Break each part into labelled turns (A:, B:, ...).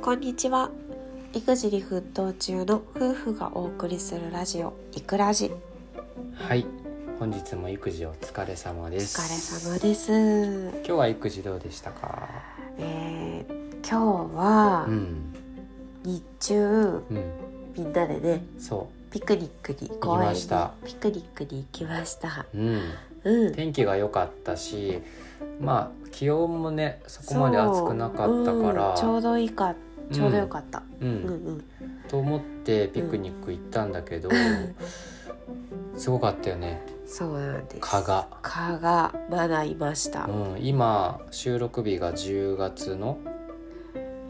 A: こんにちは育児に奮闘中の夫婦がお送りするラジオいくラジ
B: はい、本日も育児お疲れ様で
A: お
B: す。
A: 疲れ様です、え
B: 今日は育児どうでしたか。
A: ー、今日は
B: うん、
A: 日中
B: うん、
A: みんなでね
B: そ
A: ピクニックに公園
B: 行きま
A: に
B: した
A: ピクニックに行きました
B: う、うん、
A: うん
B: 天気が良かったし。まあ、気温もね、そこまで暑くなかったから。
A: そううんちょうどいいかちょうどよかった、
B: うん、
A: うん、うん
B: と思ってピクニック行ったんだけど。すごかったよね。
A: そうなんです
B: 蚊が
A: 蚊がまだいました、
B: うん、今収録日が10月の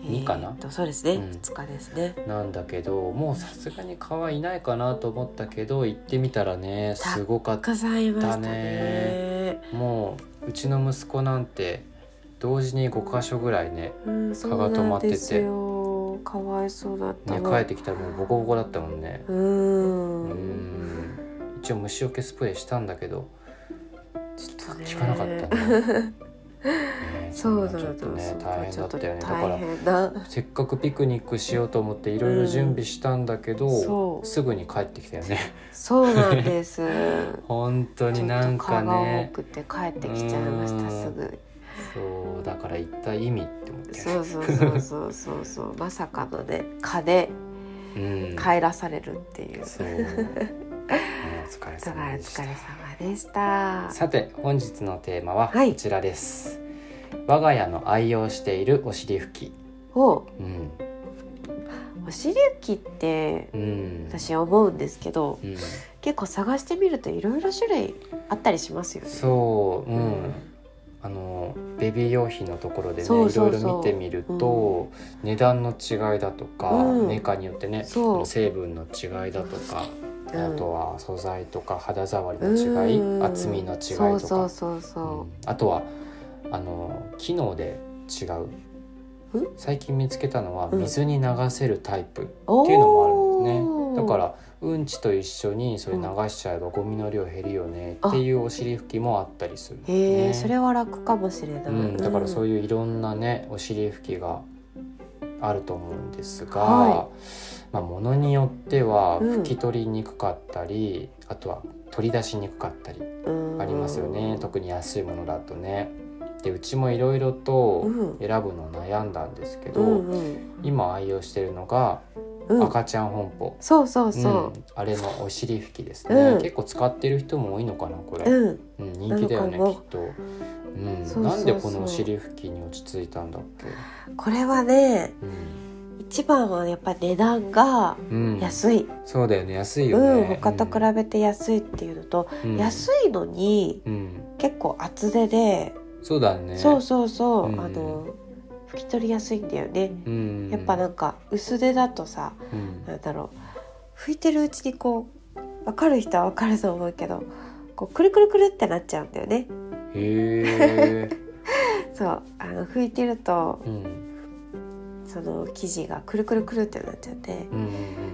B: 二かな
A: えーっとそうですね、
B: うん
A: 2日ですね
B: なんだけどもうさすがに蚊はいないかなと思ったけど行ってみたらねすごかった
A: たくさんいましたね
B: だねもううちの息子なんて同時に5箇所ぐらいね
A: うん、そ
B: 蚊が止まっ
A: うな
B: てて
A: んですよかわいそうだった
B: ね
A: の
B: 帰ってきたらもうボコボコだったもんね
A: う
B: う
A: ー
B: ー
A: ん
B: ん一応虫除けスプレーしたんだけどちょっと
A: ね
B: 効かなかったね ね
A: そうなん
B: ちょ
A: だ
B: っとね大変だったよねだ
A: 大
B: か
A: 変だ
B: らせっかくピクニックしようと思っていろいろ準備したんだけ
A: うんそ
B: ど
A: う
B: すぐに帰ってきたよね
A: そうなんです
B: 本当
A: ち
B: に
A: ょ
B: な
A: っと
B: んか
A: 蚊が多
B: ね
A: くて帰ってきちゃいましたすぐ
B: そうだから一体意味って思って
A: そうそうそうそうそうそうまさかのね蚊で
B: うん
A: 帰らされるっていう、
B: そうお疲れ
A: だから
B: 様
A: お
B: でし
A: 疲
B: た
A: れ様でした
B: さて本日のテーマは
A: は
B: こ
A: い
B: ちらです、我が家の愛用しているお尻拭き
A: お
B: うん
A: お尻拭きって
B: うん
A: 私思うんですけど
B: うん、
A: 結構探してみるといろいろ種類あったりしますよね
B: そううん、
A: うん
B: あのベビー用品のところでね
A: そうそうそう
B: いろいろ見てみると、値段の違いだとか、
A: うん
B: メーカーによってね
A: そう
B: その成分の違いだとか、
A: うん
B: あとは素材とか肌触りの違い、
A: うん
B: 厚みの違いとか
A: そうそうそうそ
B: うんあとはあの機能で違う最近見つけたのは
A: うん
B: 水に流せるタイプっ
A: う、おー
B: ていうのもあるんですね、だからうんちと一緒にそれ流しちゃえばゴミの量減るよねっていうお尻拭きもあったりするんですね、
A: へえ、それは楽かもしれない、
B: うん、だからそう
A: い
B: いういろんなねお尻拭きがあると思うんですが、
A: は
B: まあ、ものによっては
A: うん
B: 拭き取りにくかったり、あとは取り出しにくかったり
A: うん
B: ありますよね、特に安いものだとねでうちもいろいろと
A: うん
B: 選ぶの悩んだんですけど、
A: うんうん
B: 今愛用してるのが
A: うん
B: 赤ちゃん本舗、
A: そうそう
B: うん
A: そ
B: あれのお尻拭きですね、
A: うん
B: 結構使ってる人も多いのかなこれ、
A: う、うん
B: うん人気だよ
A: な
B: ね
A: のか
B: き
A: も
B: っと、うん、
A: そうそうそう
B: なんでこのお尻拭きに落ち着いたんだっけ、
A: これはね
B: うん
A: 一番はやっぱり値段が
B: うん、
A: 安い、
B: そうだよね安いうよ
A: ん
B: ね、
A: 他と比べて安いっていうのと、
B: べ、うん、
A: 安いのに
B: うん、
A: 結構厚手で、
B: そうだね
A: そうそうそう、
B: うん
A: あの拭き取りやすいんだよね、
B: う、ん、
A: やっぱなんか薄手だとさ
B: うん、
A: なんだろう拭いてるうちにこう分かる人は分かると思うけどこうくるくるくるってなっちゃうんだよね
B: へえ、
A: そうあの拭いてると
B: うん、うん
A: その生地がくるくるくるってなっちゃって
B: うん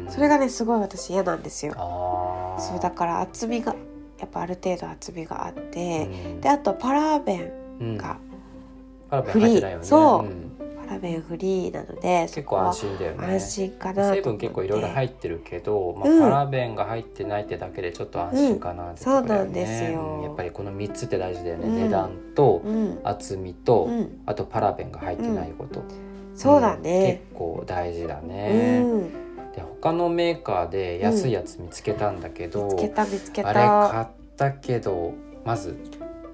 B: うん、
A: それがねすごい私嫌なんですよ
B: ああ
A: そうだから厚みがやっぱある程度厚みがあっ
B: う
A: て
B: ん
A: であとパラベン
B: うん
A: がフリー
B: パラパラ入ってないよね
A: そうんパラベンフリーなので
B: 結構安心だよ
A: そこ
B: ね
A: は安心かなと思って
B: 成分結構いろいろ入ってるけど、ま
A: うん
B: あ、パラベンが入ってないってだけでちょっと安心かなってとこだ
A: うんそうな
B: よね、
A: んですよ
B: うんやっぱりこの3つって大事だよね、
A: うん
B: 値段と
A: うん、
B: 厚みと、
A: うん、
B: あとパラベンが入ってないこと、
A: そうだね、
B: うん結構大事だ
A: う
B: ね、
A: ん
B: で他のメーカーで安いやつ見つけたんだけど、
A: 見つけた見つけ
B: あれ
A: た
B: 買ったけどまず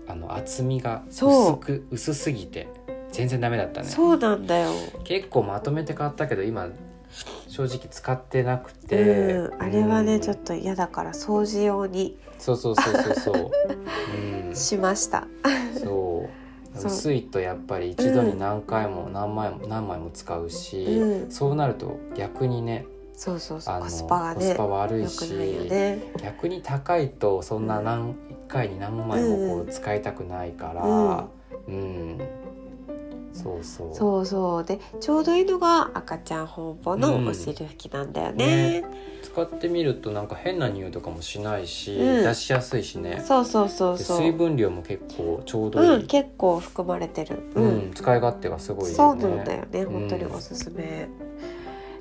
B: あの厚みが
A: そう
B: 薄く薄すぎて全然ダメだったね
A: そうなんだよ
B: 結構まとめて買ったけど今正直使ってなくて、
A: うん、あれはね、
B: うん
A: ちょっと嫌だから掃除用に
B: そうそうそうそう そう、うん、
A: しました
B: そう
A: そう
B: 薄いとやっぱり一度に何回も何枚も何枚も使うし、
A: うん
B: そうなると逆にね
A: そうそうそ
B: あ
A: う
B: の
A: コスパが
B: コス
A: ね
B: パ悪い
A: 良
B: し
A: くないよね
B: 逆に高いとそんな何一回に何枚もこ
A: うん
B: う使いたくないから、うんそうそう
A: そうそうでちょうどいいのが赤ちゃん本舗の
B: うん
A: お尻拭きなんだよね,、
B: 使ってみるとなんか変な匂いとかもしないし、
A: うん
B: 出しやすいしね
A: そうそうそう
B: で
A: そう
B: 水分量も結構ちょうどいい、
A: うん結構含まれてるう、
B: うんん使い勝手がすごいよね
A: そうなんだよね
B: ん
A: 本当におすすめ、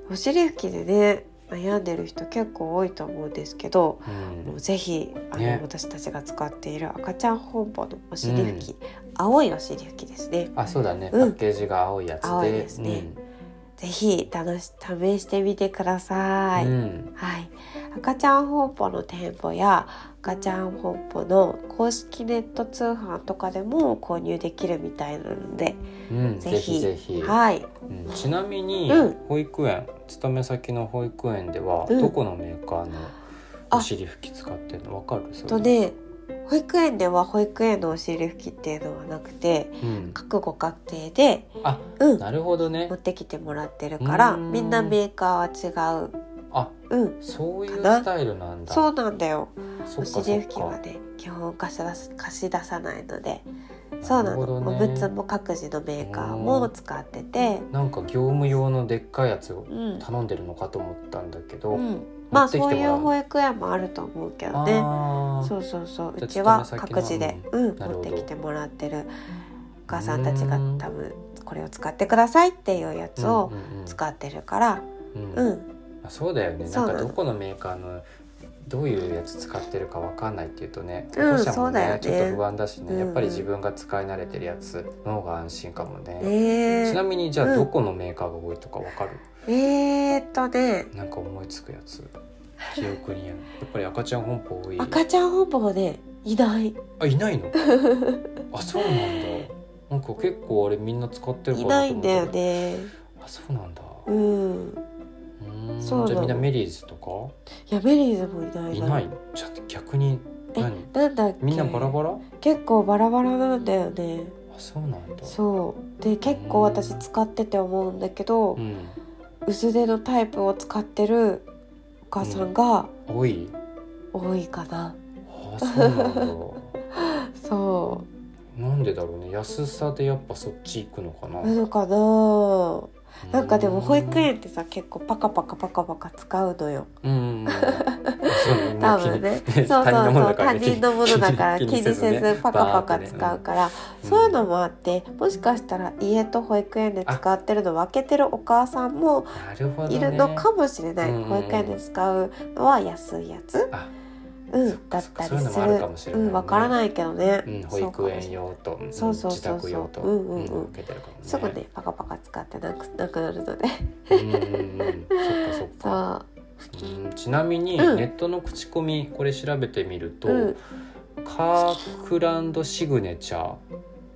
A: お尻拭きでね悩んでる人結構多いと思うんですけど
B: うん
A: もうぜひあの、
B: ね
A: 私たちが使っている赤ちゃん本舗のお尻拭き、青いお尻拭きですね
B: あそうだね、
A: うん
B: パッケージが青いやつで
A: 青いですねぜひ試し試してみてください、
B: うんうん
A: はい、赤ちゃん本舗の店舗や赤ちゃん本舗の公式ネット通販とかでも購入できるみたいなので、
B: うんぜひぜひ、
A: はい、
B: うんちなみに、
A: うん
B: 保育園勤め先の保育園では、
A: うん
B: どこのメーカーの
A: あ
B: お尻拭き使ってるのわかるそれ
A: とね保育園では保育園のお尻拭きっていうのはなくて
B: うん、
A: 各ご家庭で、
B: あ
A: うん、
B: なるほどね
A: 持ってきてもらってるから
B: うん
A: みんなメーカーは違
B: あ
A: う、うん、
B: そういう
A: かな
B: スタイルなんだ
A: そうなんだよ
B: そ
A: お
B: っかそっ
A: 尻拭きは
B: か
A: ね基本貸し出す貸し出さないのでそうな
B: るほ
A: の
B: ど
A: お
B: ね
A: むつも各自のメーカーも使ってて。
B: なんか業務用のでっかいやつを
A: うん
B: 頼んでるのかと思ったんだけど、
A: うん、まあ
B: 持って
A: そ
B: き
A: う
B: ても
A: い
B: らう
A: う保育園もあると思うけどね
B: あー
A: そうそうそう
B: じゃあ
A: うちは
B: 勤め先
A: 各自で、
B: の
A: うん、
B: なる
A: 持
B: ほ
A: っ
B: ど
A: てきてもらってるお母さんたちが
B: うん
A: 多分これを使ってくださいっていうやつを
B: うんうんうん
A: 使ってるから、
B: うん
A: うん
B: あそうだよね
A: そ
B: な
A: うんな
B: か
A: の
B: どこのメーカーのどういうやつ使ってるかわかんないっていうとね
A: うん
B: 保護者
A: そ
B: も
A: うだよね
B: ねちょっと不安だしね、
A: うん
B: やっぱり自分が使い慣れてるやつの方が安心かもね。
A: え
B: ちな
A: ー、
B: みにじゃあ
A: うん
B: どこのメーカーが多いとかわかる、
A: えーっとね
B: なんか思いつくや つ記憶にあるやっぱり赤ちゃん本舗多い
A: 赤ちゃん本舗もねいない
B: あいない のあそうなんだなんか結構あれみんな使ってる
A: い
B: か
A: な
B: ないと思
A: ん
B: っ
A: だよ
B: たけど
A: ね
B: あそうなんだ
A: うん
B: うーん
A: そうなの
B: じゃあみんなメリーズとか
A: いやメリーズもいない
B: い
A: な
B: ないじゃあ逆に何
A: なんだっけ
B: みんなバラバラ
A: 結構バラバラなんだよね
B: あそうなんだ
A: そうで結構私使ってて思うんだけど、
B: うん
A: 薄手のタイプを使ってるお母さんが
B: 多い
A: 多いかな、
B: あそうなんだ
A: そ
B: なんでだろうね安さでやっぱそっち行くのかな
A: うなのかななんかでも
B: うー
A: 保育園ってさ結構パカパカパカパカ使うのよ
B: うんうんうんそうね
A: 多分 ねそうそうそう他人のものだから気にせずパカパカ使うから、
B: うん
A: そういうのもあってもしかしたら家と保育園で使ってるの分けてるお母さんも
B: らなるほどね
A: いるのかもしれない、
B: うんうんうん
A: 保育園で使うのは安いやつ、
B: あ
A: う
B: そっ
A: ん、だ
B: か
A: っ
B: そっか
A: たりする
B: そういうのもあるかもしれないね
A: うん、分からないけどね、
B: うん保
A: そうかも
B: 育
A: しれない
B: 園用とうん
A: そうそうそう
B: 自宅用と
A: うんうんうん
B: 受けてるかもね
A: すぐねパカパカ使ってなくなくなるので
B: うんうんうんそっかそっ
A: そ
B: か
A: う
B: うんちなみにネ
A: うん
B: ットの口コミこれ調べてみると、
A: うん
B: カークランドシグネチャーっ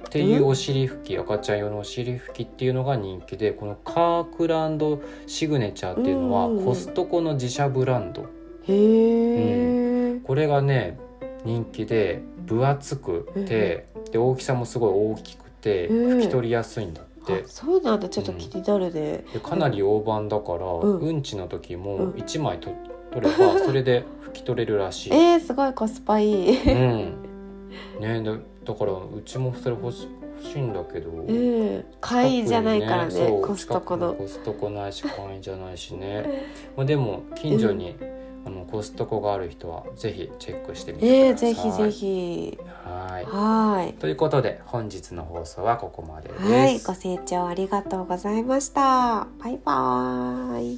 B: ていうお尻拭き、赤ちゃん用のお尻拭きっていうのが人気でこのカークランドシグネチャーっていうのは
A: うんうんうん
B: コストコの自社ブランド
A: へえ、
B: これがね人気で分厚くて、で大きさもすごい大きくて、
A: うん
B: 拭き取りやすいんだって
A: あ。そうなんだちょっと気になるね、
B: でかなり大判だから、うんん、ちの時
A: うん
B: も1枚と取ればそれで拭き取れる らしい。
A: えー、すごいコスパいい
B: うん、ねだだからうちもそれ欲し欲しいんだけど、
A: うん会員じゃないからね
B: 近くにそう
A: コストコの
B: 近くにコストコないし会員じゃないしね、 まあ、でも近所に、あのコストコがある人はぜひチェックしてみ
A: え
B: て
A: ー、
B: くださ
A: ぜひ
B: い、
A: ぜひ
B: はい
A: は
B: ということで本日の放送はここまでで
A: ーいはい
B: す
A: ご。清聴ありがとうございましたバイバー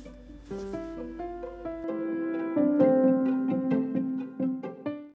A: イ